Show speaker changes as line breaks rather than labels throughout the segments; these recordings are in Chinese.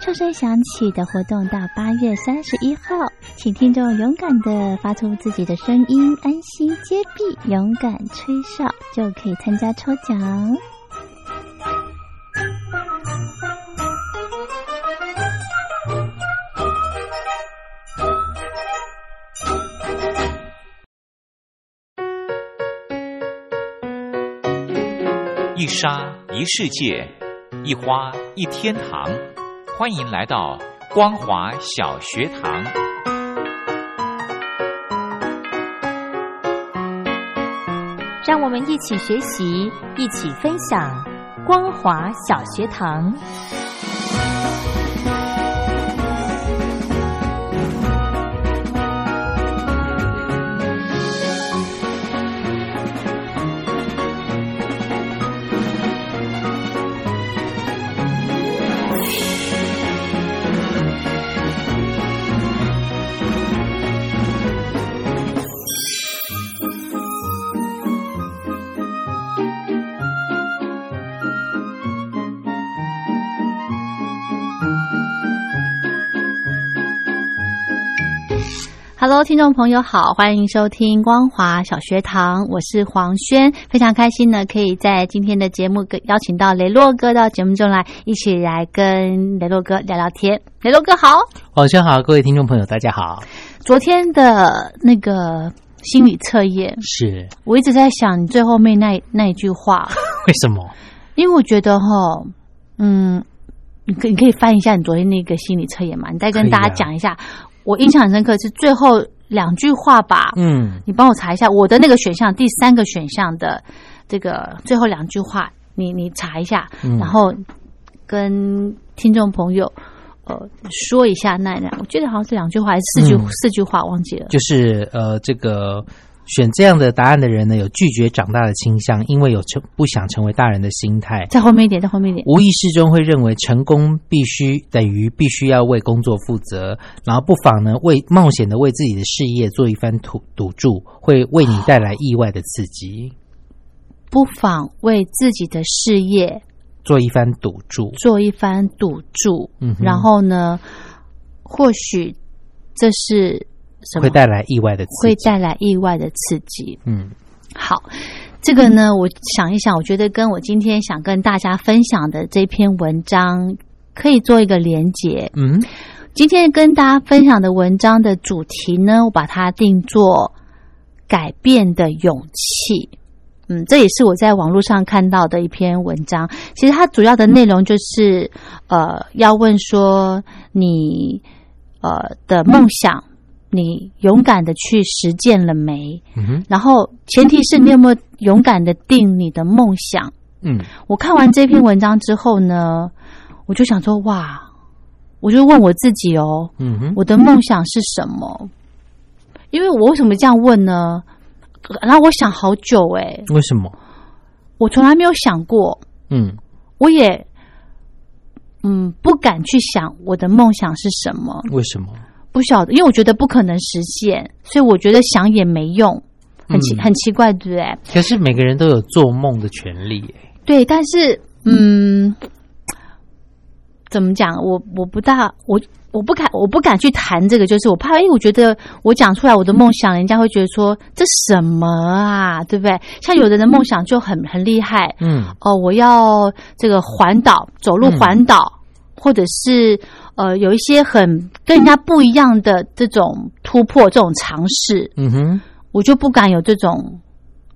哨声响起的活动到八月三十一号，请听众勇敢的发出自己的声音，安心接币，勇敢吹哨就可以参加抽奖。
一沙一世界，一花一天堂。欢迎来到光华小学堂。
让我们一起学习，一起分享光华小学堂。
Hello，听众朋友好，欢迎收听光华小学堂，我是黄轩，非常开心呢，可以在今天的节目跟邀请到雷洛哥到节目中来，一起来跟雷洛哥聊聊天。雷洛哥好，
晚上好，各位听众朋友，大家好。
昨天的那个心理测验，
是
我一直在想你最后面那那一句话，
为什么？
因为我觉得哈，嗯，你可你可以翻一下你昨天那个心理测验嘛，你再跟
可以
大
啊
家讲一下。我印象很深刻是最后两句话吧，
嗯，
你帮我查一下我的那个选项，第三个选项的这个最后两句话，你你查一下，
嗯
然后跟听众朋友呃说一下那两，我记得好像是两句话还是四句、
嗯
四句话，忘记了。
就是呃，这个选这样的答案的人呢，有拒绝长大的倾向，因为有成不想成为大人的心态，
在后面一点，在后面一点。
无意识中会认为成功必须等于必须要为工作负责，然后不妨呢为冒险的为自己的事业做一番赌赌注，会为你带来意外的刺激，
不妨为自己的事业
做一番赌注。
做一番赌注，
嗯哼
然后呢，或许这是什么
会？带来意外的刺
会
激，
带来意外的刺激。
嗯，
好，这个呢，我想一想，我觉得跟我今天想跟大家分享的这篇文章可以做一个连结。
嗯，
今天跟大家分享的文章的主题呢，我把它定做“改变的勇气”。嗯，这也是我在网络上看到的一篇文章。其实它主要的内容就是，呃，要问说你呃的梦想，你勇敢的去实践了没？
嗯哼，
然后前提是你有没有勇敢的定你的梦想。
嗯，
我看完这篇文章之后呢，我就想说，哇，我就问我自己哦，
嗯哼，
我的梦想是什么？因为我为什么这样问呢？然后我想好久诶、
为什么？
我从来没有想过，
嗯
我也嗯不敢去想我的梦想是什么，
为什么？
不晓得，因为我觉得不可能实现，所以我觉得想也没用，很奇、
嗯
很奇怪，对不对？
可是每个人都有做梦的权利耶，
对，但是嗯，怎么讲？我我不大我。我不敢，我不敢去谈这个，就是我怕，因为我觉得我讲出来我的梦想，人家会觉得说这什么啊，对不对？像有的人梦想就很很厉害
嗯
哦，我要这个环岛，走路
嗯
环岛，或者是呃有一些很跟人家不一样的这种突破、这种尝试，
嗯哼，
我就不敢有这种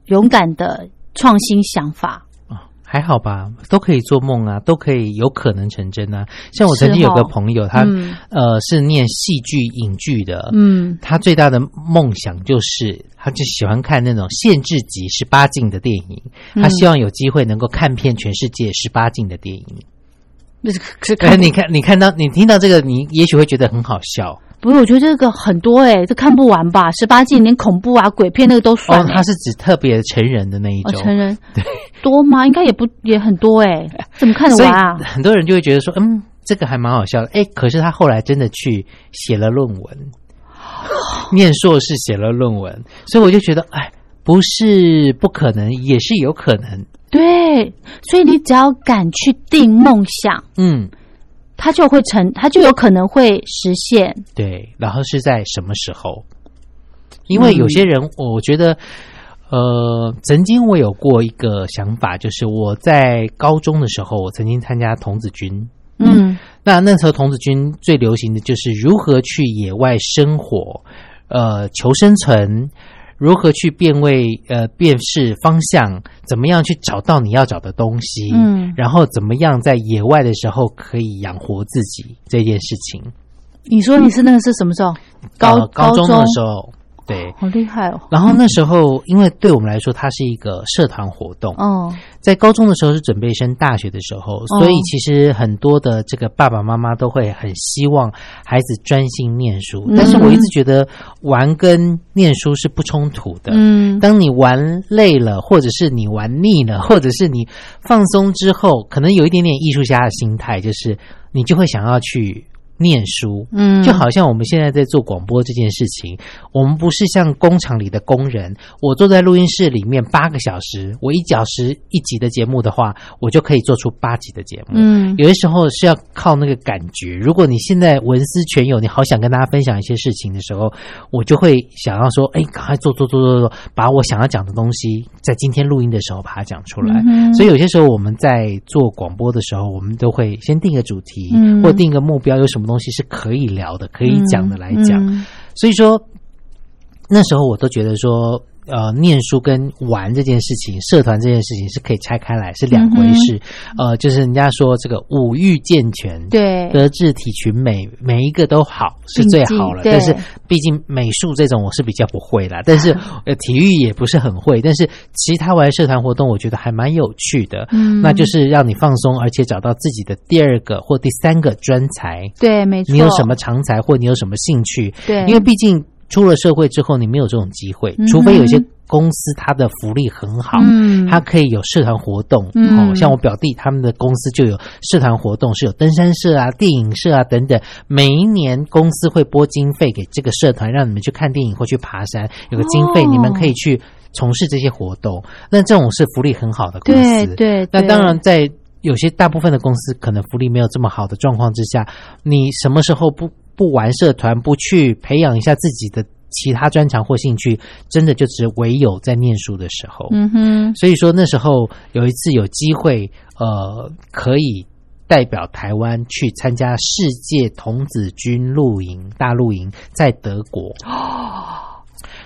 勇敢的创新想法。
还好吧，都可以做梦啊，都可以有可能成真啊。像我曾经
是哦
有个朋友，他、
嗯
呃是念戏剧影剧的，
嗯，
他最大的梦想就是，他就喜欢看那种限制级十八禁的电影，
嗯
他希望有机会能够看遍全世界十八禁的电影。
是
可是
看
哎 你看，你看到你听到这个，你也许会觉得很好笑
不是，我觉得这个很多哎、这看不完吧？十八禁连恐怖啊、鬼片那个都算、
哦，
欸。
他是指特别成人的那一
哦，
种。
成人多吗？应该也不也很多哎、 怎么看得
所以
完啊？
很多人就会觉得说，嗯，这个还蛮好笑的。哎，可是他后来真的去写了论 文，念硕士写了论文，所以我就觉得，哎，不是不可能，也是有可能。
对，所以你只要敢去定梦想，
嗯，
它就会成，它就有可能会实现。
对。然后是在什么时候？因为有些人，我觉得，呃，曾经我有过一个想法，就是我在高中的时候，我曾经参加童子军。
嗯
那那时候童子军最流行的就是如何去野外生活，呃，求生存，如何去辨位，呃，辨识方向，怎么样去找到你要找的东西，
嗯，
然后怎么样在野外的时候可以养活自己这件事情。
你说你是那个是什么时候？高、
呃高
中
中的时候，对。
好厉害哦！
然后那时候，因为对我们来说，它是一个社团活动，
哦，
在高中的时候是准备升大学的时候，所以其实很多的这个爸爸妈妈都会很希望孩子专心念书，
嗯
但是我一直觉得玩跟念书是不冲突的。
嗯，
当你玩累了，或者是你玩腻了，或者是你放松之后，可能有一点点艺术家的心态，就是你就会想要去念书。
嗯，
就好像我们现在在做广播这件事情，我们不是像工厂里的工人，我坐在录音室里面八个小时，我一小时一集的节目的话，我就可以做出八集的节目。
嗯，
有的时候是要靠那个感觉。如果你现在文思泉涌，你好想跟大家分享一些事情的时候，我就会想要说，哎，赶快做做做做做，把我想要讲的东西，在今天录音的时候把它讲出来。
嗯哼
所以有些时候我们在做广播的时候，我们都会先定个主题，
嗯
或定个目标，有什么东西是可以聊的、可以讲的来讲。
嗯
所以说，那时候我都觉得说，呃，念书跟玩这件事情、社团这件事情是可以拆开来，是两回事。
嗯
呃，就是人家说这个五育健全，
对，
德智体群美，每一个都好是最好了。
嗯并进对
但是毕竟美术这种我是比较不会啦， 但是呃体育也不是很会，但是其他玩社团活动我觉得还蛮有趣的。
嗯
那就是让你放松，而且找到自己的第二个或第三个专才。
对，没错。
你有什么长才或你有什么兴趣？
对
因为毕竟出了社会之后，你没有这种机会
嗯哼，
除非有些公司它的福利很好，
嗯
它可以有社团活动。
嗯
哦，像我表弟他们的公司就有社团活动，是有登山社啊、电影社啊等等。每一年公司会拨经费给这个社团，让你们去看电影或去爬山，有个经费，
哦
你们可以去从事这些活动。那这种是福利很好的公
嗯对
司，
对，
那
对
当然，，在有些大部分的公司可能福利没有这么好的状况之下，你什么时候不不玩社团，不去培养一下自己的其他专长或兴趣，真的就只唯有在念书的时候。
嗯哼，
所以说那时候有一次有机会，呃，可以代表台湾去参加世界童子军露营大露营，在德国。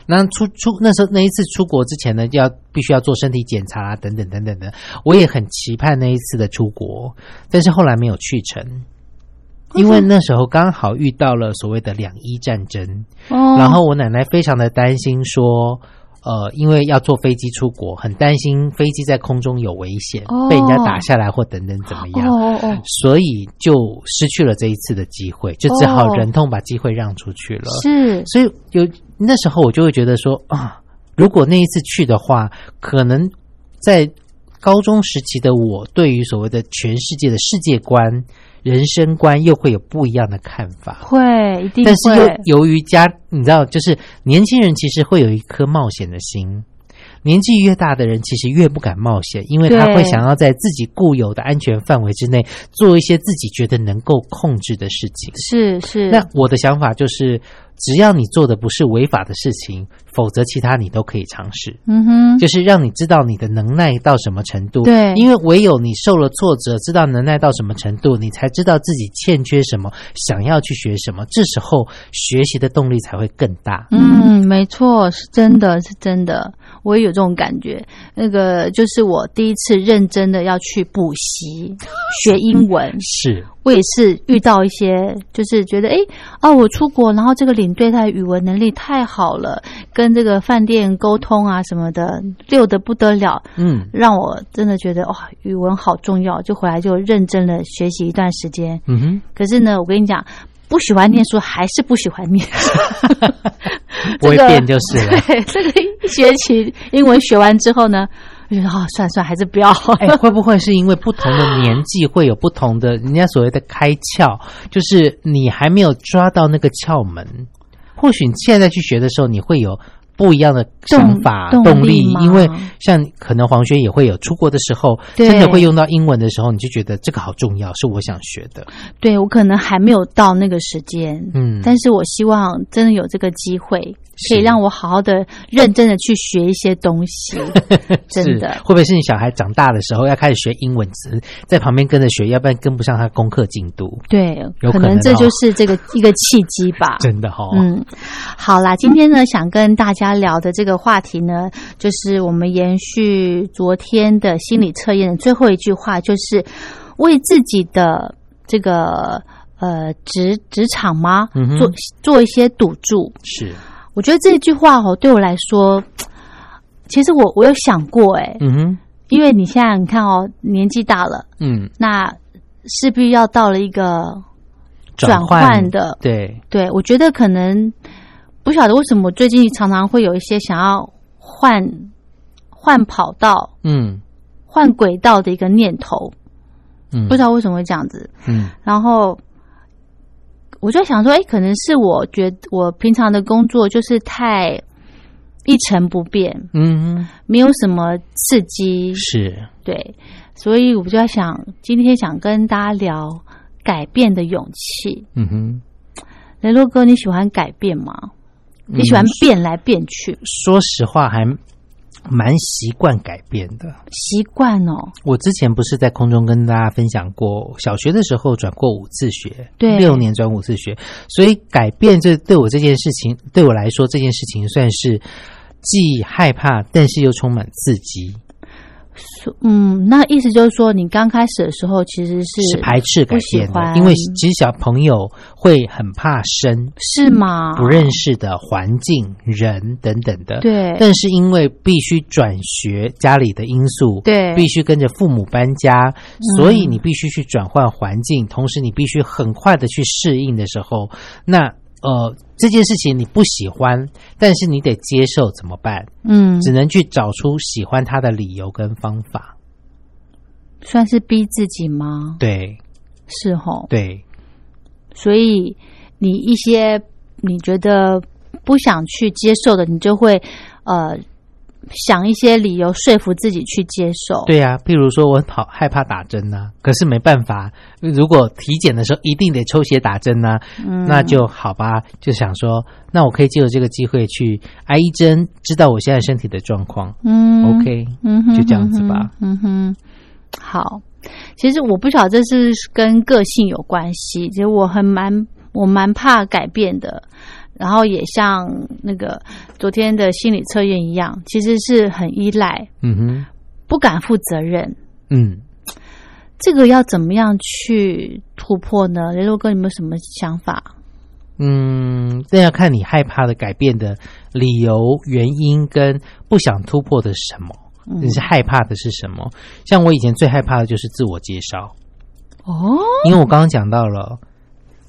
那出出那时候那一次出国之前呢，要必须要做身体检查啊，等等等等的。我也很期盼那一次的出国，但是后来没有去成，因为那时候刚好遇到了所谓的两伊战争。
哦，
然后我奶奶非常的担心说，呃，因为要坐飞机出国，很担心飞机在空中有危险，
哦
被人家打下来或等等怎么样，
哦哦哦，
所以就失去了这一次的机会，就只好
哦
忍痛把机会让出去了。
是，
所以有那时候我就会觉得说啊，如果那一次去的话，可能在高中时期的我对于所谓的全世界的世界观、人生观又会有不一样的看法。
会一定
但是
会，
又由于家，你知道，就是年轻人其实会有一颗冒险的心。年纪越大的人，其实越不敢冒险，因为他
对
会想要在自己固有的安全范围之内做一些自己觉得能够控制的事情。
是是，
那我的想法就是，只要你做的不是违法的事情，否则其他你都可以尝试。
嗯哼，
就是让你知道你的能耐到什么程度。
对
因为唯有你受了挫折，知道能耐到什么程度，你才知道自己欠缺什么，想要去学什么。这时候学习的动力才会更大。
嗯，没错，是真的，是真的，我也有这种感觉。那个就是我第一次认真的要去补 习学英文，
是，
我也是遇到一些，就是觉得诶，哦，我出国，然后这个领队他的语文能力太好了，跟这个饭店沟通啊什么的，溜得不得了，
嗯
让我真的觉得哇、语文好重要，就回来就认真的学习一段时间。
嗯哼，
可是呢，我跟你讲，不喜欢念书还是不喜欢 念，
不会
这个
变就是了。
对，这个一学期英文学完之后呢，我觉得哦，算算还是不要。
哎，会不会是因为不同的年纪会有不同的人家所谓的开窍，就是你还没有抓到那个窍门？或许你现在去学的时候，你会有不一样的想法、
动
动
动力吗
因为像可能黄轩也会有出国的时候，
对
真的会用到英文的时候，你就觉得这个好重要，是我想学的。
对我可能还没有到那个时间，
嗯，
但是我希望真的有这个机会，可以
是
让我好好的、认真的去学一些东 西。真的
是会不会是你小孩长大的时候要开始学英文词，在旁边跟着学，要不然跟不上他功课进度？
对，
有可能
能这
哦
就是这个一个契机 吧。
真的哈、哦，
嗯，好啦，今天呢，想跟大家聊的这个话题呢，就是我们延续昨天的心理测验的最后一句话，就是为自己的这个呃职职场吗，
嗯哼
做做一些赌注。
是，
我觉得这句话哦，对我来说，其实我我有想过哎、
嗯哼，
因为你现在你看哦，年纪大了，
嗯，
那势必要到了一个转
换
换的
对，
对，我觉得可能不晓得为什么最近常常会有一些想要换换跑道、
嗯
换轨道的一个念头，
嗯，
不知道为什么会这样子。
嗯
然后我就想说，哎，可能是我觉得我平常的工作就是太一成不变，
嗯，
没有什么刺激，
是
对，所以我就在想，今天想跟大家聊改变的勇气。
嗯哼。
雷洛哥，你喜欢改变吗？你喜欢变来变去，
说实话，还蛮习惯改变的。
习惯哦，
我之前不是在空中跟大家分享过，小学的时候转过五次学，
对
六年转五次学，所以改变这对我这件事情，对我来说这件事情算是既害怕，但是又充满刺激，
所嗯，那意思就是说，你刚开始的时候其实是
是排斥改
不
变
喜欢
的，因为其实小朋友会很怕生，
是吗？
不认识的环境、人等等的，
对
但是因为必须转学，家里的因素，
对嗯
必须跟着父母搬家，所以你必须去转换环境，同时你必须很快的去适应的时候，那呃这件事情你不喜欢，但是你得接受，怎么办？
嗯，
只能去找出喜欢它的理由跟方法。
算是逼自己吗？
对
是吼，
对，
所以你一些你觉得不想去接受的，你就会呃想一些理由说服自己去接受。
对呀、譬如说我好害怕打针呐、可是没办法，如果体检的时候一定得抽血打针啊呐、
嗯
那就好吧。就想说，那我可以借由这个机会去挨一针，知道我现在身体的状况。
嗯
OK，
嗯哼，
就这样子吧
嗯哼。嗯哼，好。其实我不晓得这是不是跟个性有关系，其实我很蛮我蛮怕改变的，然后也像那个昨天的心理测验一样，其实是很依赖，
嗯哼，
不敢负责任。
嗯，
这个要怎么样去突破呢？雷洛哥，你有没有什么想法？
嗯，那要看你害怕的改变的理由、原因跟不想突破的是什么。
嗯
你是害怕的是什么？像我以前最害怕的就是自我介绍，
哦，
因为我刚刚讲到了。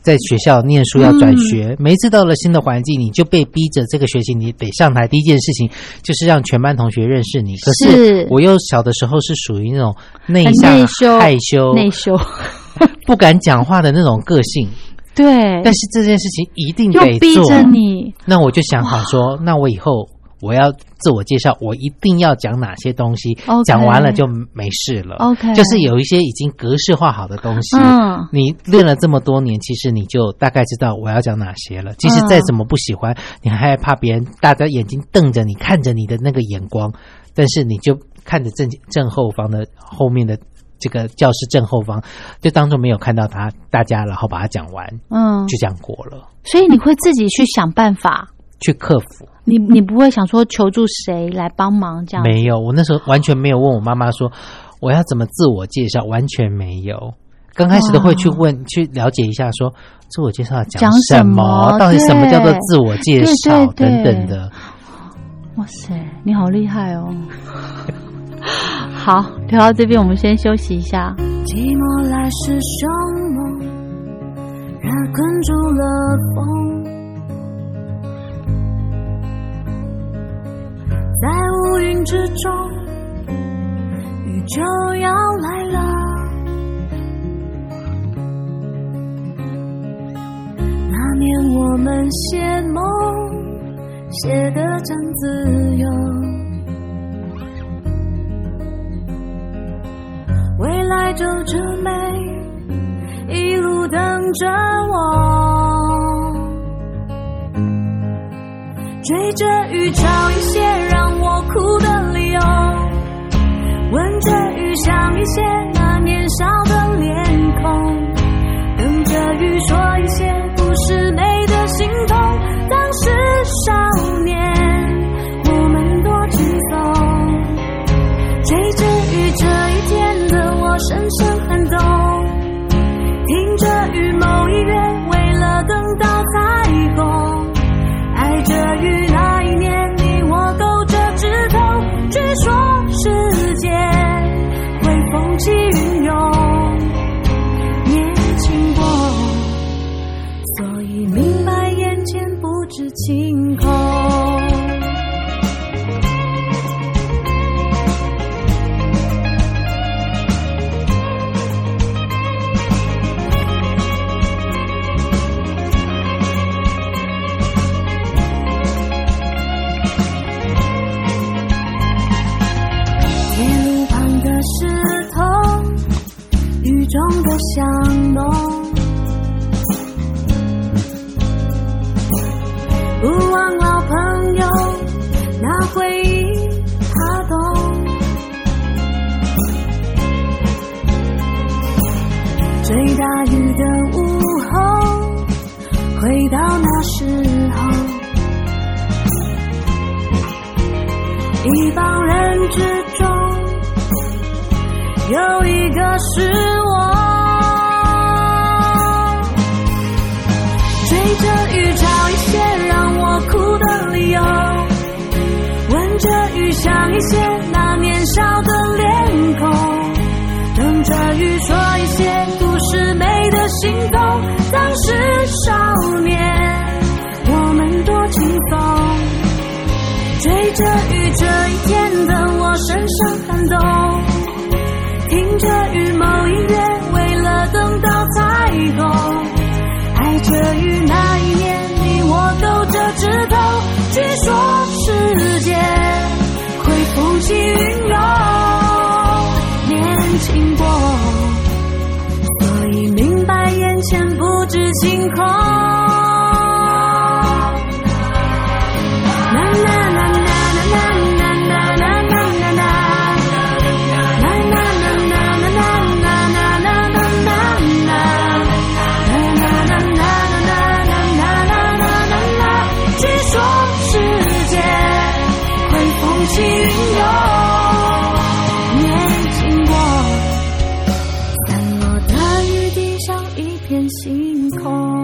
在学校念书要转
嗯
学，每一次到了新的环境，你就被逼着这个学期你得上台。第一件事情就是让全班同学认识你。可
是
是我又小的时候是属于那种内
很
向、
内羞
害羞、
内羞，
不敢讲话的那种个性，
对，
但是这件事情一定
又
得
逼
做。
着你，
那我就想好说，那我以后我要自我介绍，我一定要讲哪些东西
OK
讲完了就没事了。
OK
就是有一些已经格式化好的东西，
嗯
你练了这么多年，其实你就大概知道我要讲哪些了。即使再怎么不喜欢，你还害怕别人大家眼睛瞪着你，看着你的那个眼光，但是你就看着正正后方的后面的。这个教室正后方，就当做没有看到他大家，然后把它讲完，
嗯，
就这样过了，
所以你会自己去想办法，
去克服。
你你不会想说求助谁来帮忙这样子。
没有，我那时候完全没有问我妈妈说我要怎么自我介绍，完全没有。刚开始都会去问，去了解一下说，自我介绍要
讲
讲
什
什
么
到底什么
对
叫做自我介绍
对对对
等等的。
哇塞，你好厉害哦！ 好，聊到这边，我们先休息一下。
寂寞来时凶猛，然而困住了风，在乌云之中，雨就要来了。那年我们写梦，写得真自由。未来就这美，一路等着我。追着雨找一些让我哭的理由，闻着雨想一些那年少的脸孔，等着雨说一些不是美的心痛。当时少年，我们多轻松。追着雨，这一天的我深深寒冬。听着雨，某一月，为了等到彩虹。爱着雨，那一年，你我勾着指头。据说时间会风起云涌，年轻过，所以明白眼前不知晴空。铁路旁的石头，雨中的香浓。不忘老朋友，那回忆他懂。追大雨的午后，回到那时候。一帮人之中，有一个是我。追着雨找一些让我哭的理由，闻着雨想一些那年少的脸孔，等着雨说一些不是美的心动。当时少年，我们多轻松。追着雨，这一天的我深深感动。听着雨，某一月，为了等到彩虹。爱着雨那一年，你我勾着指头。据说时间会风起云涌，年轻过，所以明白眼前不知晴空。据说世界会风起云涌，年轻过，散落的雨滴像一片星空。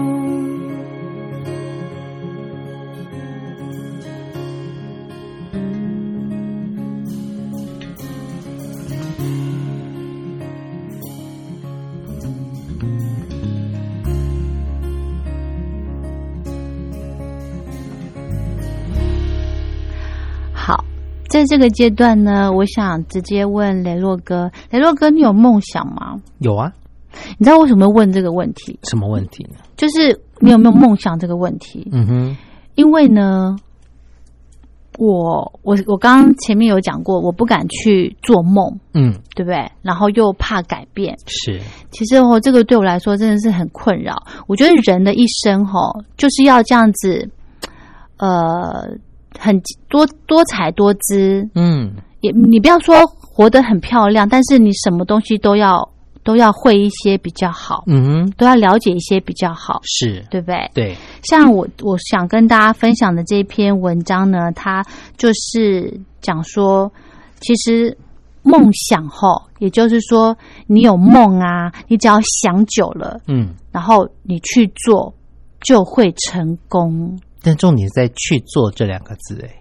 好，在这个阶段呢，我想直接问雷洛哥，雷洛哥，你有梦想吗？
有啊，
你知道为什么会问这个问题？
什么问题呢？嗯
就是你有没有梦想这个问题？
嗯哼，
因为呢，我我我刚刚前面有讲过，我不敢去做梦，
嗯，
对不对？然后又怕改变，
是，
其实哦，这个对我来说真的是很困扰。我觉得人的一生哦，就是要这样子，呃，很多多彩多姿。
嗯，
也你不要说活得很漂亮，但是你什么东西都要都要会一些比较好，
嗯哼，
都要了解一些比较好，
是，
对不对？
对，
像我我想跟大家分享的这篇文章呢，它就是讲说，其实梦想吼，也就是说你有梦啊，你只要想久了，
嗯，
然后你去做，就会成功，
但重点在去做这两个字，哎，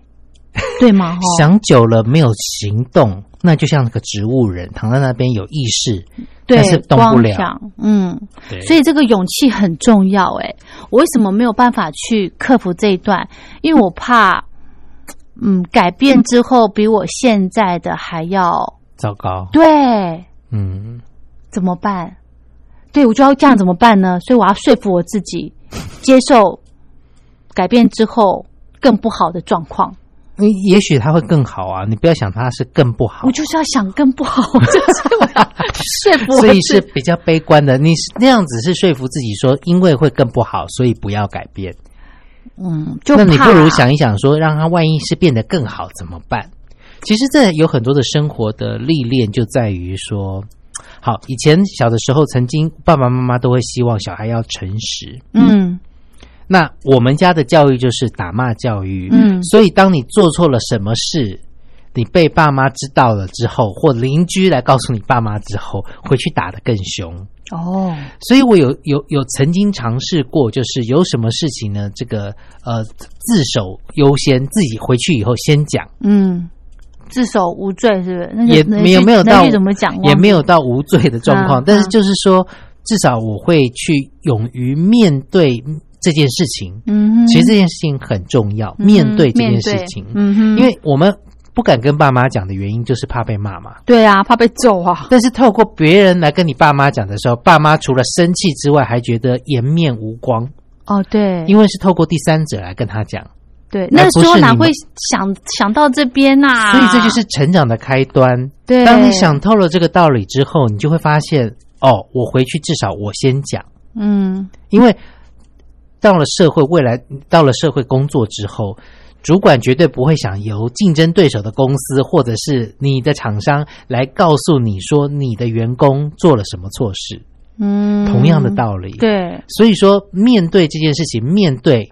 对吗？吼，
想久了没有行动，那就像个植物人躺在那边有意识，
对
但是，动不
光
了
想，嗯，
对
所以这个勇气很重要。哎，我为什么没有办法去克服这一段？因为我怕，嗯，改变之后比我现在的还要
糟糕，
对，
嗯，
怎么办？对我就要这样怎么办呢？所以我要说服我自己，接受改变之后更不好的状况。
你也许它会更好啊，你不要想它是更不好
我，就是要想更不好，就是我要说服我
所
自
以
己。
是比较悲观的。你是那样子是说服自己说，因为会更不好，所以不要改变。
嗯，就
那你
怕
不如想一想说，让它万一是变得更好怎么办？其实这有很多的生活的历练，就在于说，好，以前小的时候，曾经爸爸妈妈都会希望小孩要诚实。
嗯
那我们家的教育就是打骂教育，
嗯
所以当你做错了什么事，你被爸妈知道了之后，或邻居来告诉你爸妈之后，回去打得更凶。
哦，
所以我有有有曾经尝试过，就是有什么事情呢？这个呃，自首优先，自己回去以后先讲，
嗯，自首无罪是不是？那
也
就那
没有
句
没有
那
到
句怎么讲？啊
也没
有
有到无罪的状况，
嗯
但是就是说，至少我会去勇于面对这件事情。
嗯哼，
其实这件事情很重要，
嗯哼
面对这件
面
事情，
嗯哼，
因为我们不敢跟爸妈讲的原因就是怕被骂嘛。
对啊，怕被揍啊。
但是透过别人来跟你爸妈讲的时候，爸妈除了生气之外，还觉得颜面无光。
哦，对，
因为是透过第三者来跟他讲，
对，
而
那
不
时候
是
哪
你们
会想想到这边呐、
所以这就是成长的开端。
啊对，
当你想透了这个道理之后，你就会发现，哦，我回去至少我先讲，
嗯。
因为到了社会，未来到了社会工作之后，主管绝对不会想由竞争对手的公司或者是你的厂商来告诉你说你的员工做了什么错事。
嗯，
同样的道理，
对，
所以说，面对这件事情，面对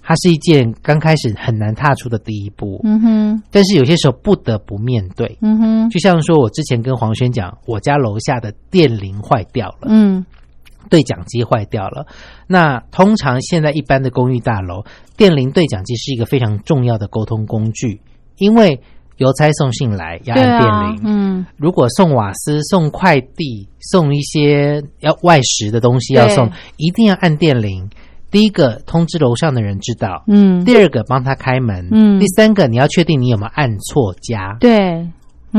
它是一件刚开始很难踏出的第一步。
嗯哼，
但是有些时候不得不面对。
嗯哼，
就像说我之前跟黄轩讲，我家楼下的电铃坏掉了，
嗯
对讲机坏掉了。那通常现在一般的公寓大楼，电铃对讲机是一个非常重要的沟通工具，因为邮差送信来要
对
按
啊
电，铃，
嗯，
如果送瓦斯、送快递、送一些要外食的东西要送
对，
一定要按电铃。第一个通知楼上的人知道，
嗯，
第二个帮他开门，
嗯
第三个你要确定你有没有按错家，
对，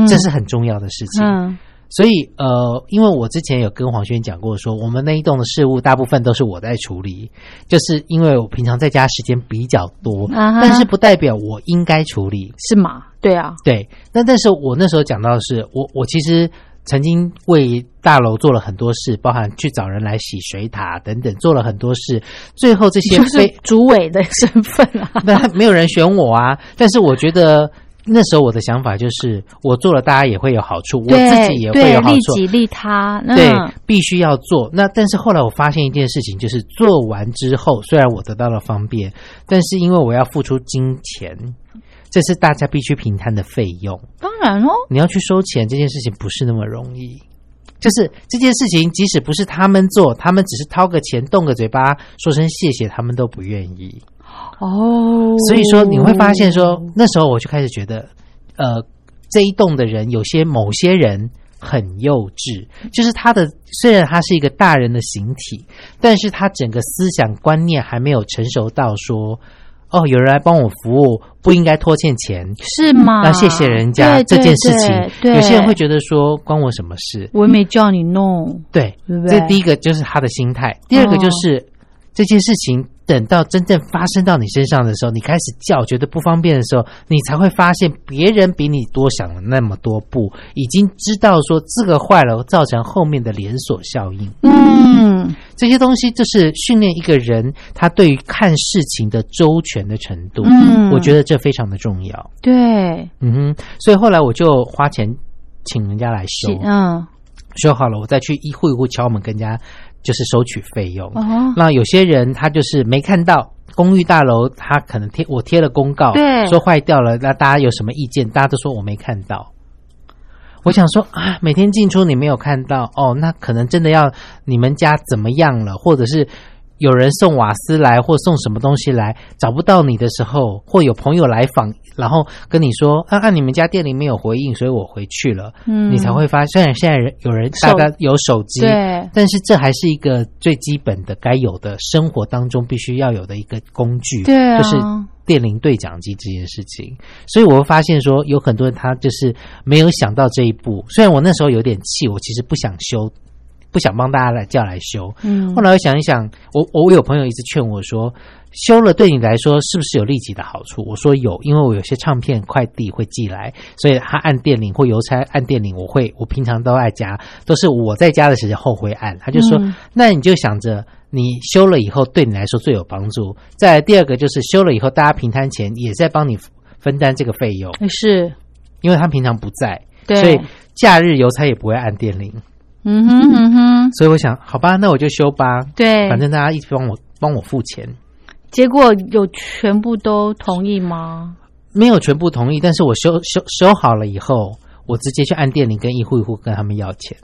这是很重要的事情。
嗯
所以呃，因为我之前有跟黄轩讲过说，我们那一栋的事务大部分都是我在处理，就是因为我平常在家时间比较多，
啊哈
但是不代表我应该处理。
是嘛？对啊，
对，那但是我那时候讲到的是我我其实曾经为大楼做了很多事，包含去找人来洗水塔等等，做了很多事。最后这些
就是
被
主委的身份啊，
那 没有人选我啊。但是我觉得那时候我的想法就是，我做了大家也会有好处，我
对
自己也会
对
有好
利
处。
己利他，嗯
对，必须要做。那但是后来我发现一件事情，就是做完之后，虽然我得到了方便，但是因为我要付出金钱，这是大家必须平摊的费用。
当然哦，
你要去收钱这件事情不是那么容易。就是这件事情，即使不是他们做，他们只是掏个钱、动个嘴巴，说声谢谢，他们都不愿意。
哦，
所以说你会发现说，那时候我就开始觉得，呃，这一栋的人有些某些人很幼稚，就是他的虽然他是一个大人的形体，但是他整个思想观念还没有成熟到说，哦，有人来帮我服务，不应该拖欠钱。
是吗？
那谢谢人家
啊对
这件事情
对，对
有些人会觉得说关我什么事？
我也没叫你弄，
对，
对不对哦
这第一个就是他的心态，第二个就是、这件事情等到真正发生到你身上的时候，你开始叫觉得不方便的时候，你才会发现别人比你多想了那么多步，已经知道说这个坏了，造成后面的连锁效应。
嗯，
这些东西就是训练一个人他对于看事情的周全的程度。
嗯
我觉得这非常的重要。
对，
嗯哼，所以后来我就花钱请人家来修
是，嗯，
修好了，我再去一户一户敲门，跟人家就是收取费用。
哦，
那有些人他就是没看到。公寓大楼，他可能贴我贴了公告，
对
说坏掉了，那大家有什么意见？大家都说我没看到。我想说啊，每天进出你没有看到哦，那可能真的要你们家怎么样了，或者是有人送瓦斯来或送什么东西来找不到你的时候，或有朋友来访，然后跟你说啊啊，你们家店里没有回应，所以我回去了，
嗯
你才会发现。虽然现在人有人大
手
家有手机，
对，
但是这还是一个最基本的该有的生活当中必须要有的一个工具，
对啊
就是电铃对讲机这件事情。所以我会发现说，有很多人他就是没有想到这一步。虽然我那时候有点气，我其实不想修，不想帮大家来叫来修。
嗯
后，来我想一想，我我有朋友一直劝我说，修了对你来说是不是有立即的好处？我说有，因为我有些唱片快递会寄来，所以他按电铃或邮差按电铃，我会我平常都在家，都是我在家的时候会按。他就说，
嗯
那你就想着。你修了以后，对你来说最有帮助。再来第二个就是修了以后，大家平摊钱也在帮你分担这个费用，
是，
因为他平常不在，
对
所以假日邮差也不会按电铃。
嗯哼嗯哼，
所以我想，好吧，那我就修吧。
对，
反正大家一直帮我帮我付钱，
结果有全部都同意吗？
没有全部同意，但是我修修修好了以后，我直接去按店里跟一户一户跟他们要钱。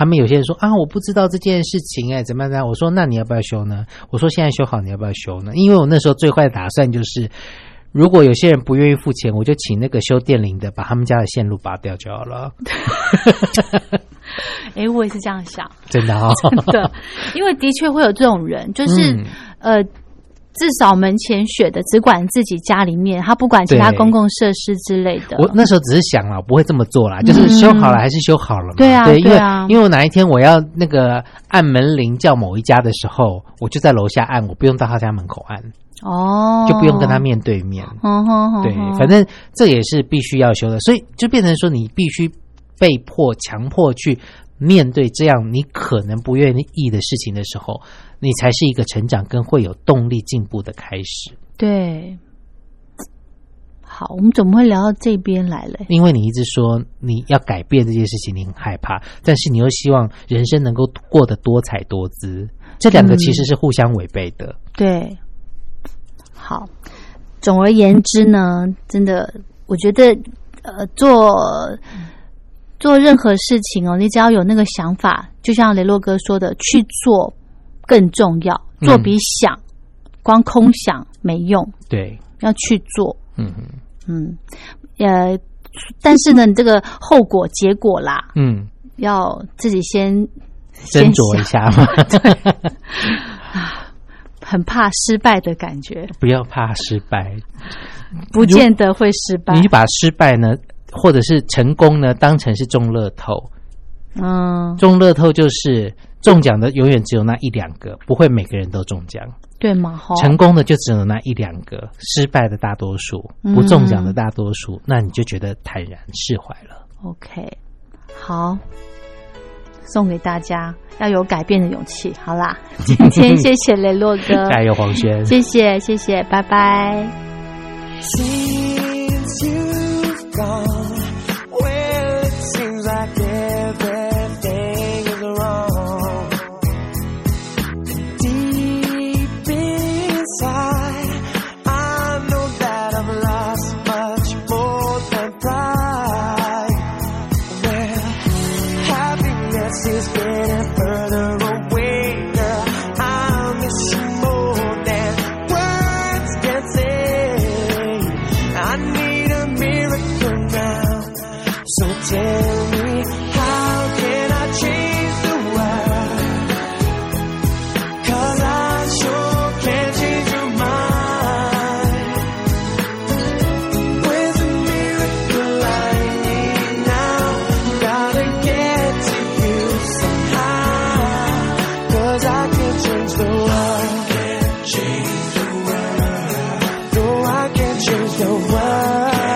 他们有些人说啊，我不知道这件事情哎、怎么样怎么样？我说那你要不要修呢？我说现在修好你要不要修呢？因为我那时候最坏的打算就是，如果有些人不愿意付钱，我就请那个修电铃的把他们家的线路拔掉就好了。
诶，我也是这样想，
真的哈、哦，
对， 因为的确会有这种人，就是、
嗯
呃，至少门前雪的只管自己家里面，他不管其他
对
公共设施之类的。嗯
我那时候只是想了，不会这么做啦，就是修好了还是修好了嘛。
对啊
对，因为
对啊
因为我哪一天我要那个按门铃叫某一家的时候，我就在楼下按，我不用到他家门口按，
哦，
就不用跟他。面对面。
哦吼吼
对
吼，
反正这也是必须要修的，所以就变成说你必须被迫、强迫去面对这样你可能不愿意的事情的时候，你才是一个成长跟会有动力进步的开始。
对。好，我们怎么会聊到这边来了？
因为你一直说你要改变这件事情，你很害怕，但是你又希望人生能够过得多彩多姿，这两个其实是互相违背的。
对，好。总而言之呢，真的，我觉得，呃，做做任何事情哦，你只要有那个想法，就像雷洛哥说的，去做更重要，做比想，光空想没用，
对，
要去做。
嗯哼
嗯，呃，但是呢，你这个后果结果啦，
嗯，
要自己先
斟
先
酌一
想
下嘛，
很怕失败的感觉，
不要怕失败，
不见得会失败。
你就把失败呢，或者是成功呢，当成是中乐透。
嗯，
中乐透就是中奖的永远只有那一两个，不会每个人都中奖。
对嘛？哈，
成功的就只有那一两个，失败的大多数，不中奖的大多数，那你就觉得坦然释怀了。
OK，好，送给大家要有改变的勇气。好啦，今天谢谢雷洛哥，
加油，黄轩！
谢谢谢谢，拜拜。
Since you've gone, well, it seems like everything is wrong. Deep inside, I know that I've lost much more than pride. Well, happiness is getting further away, girl. I miss you more than words can say. I need a miracle now. So tell me, how can I change the world? Cause I sure can't change your mind. There's a miracle I need now. Gotta get to you somehow. Cause I can change the world. Can't change love.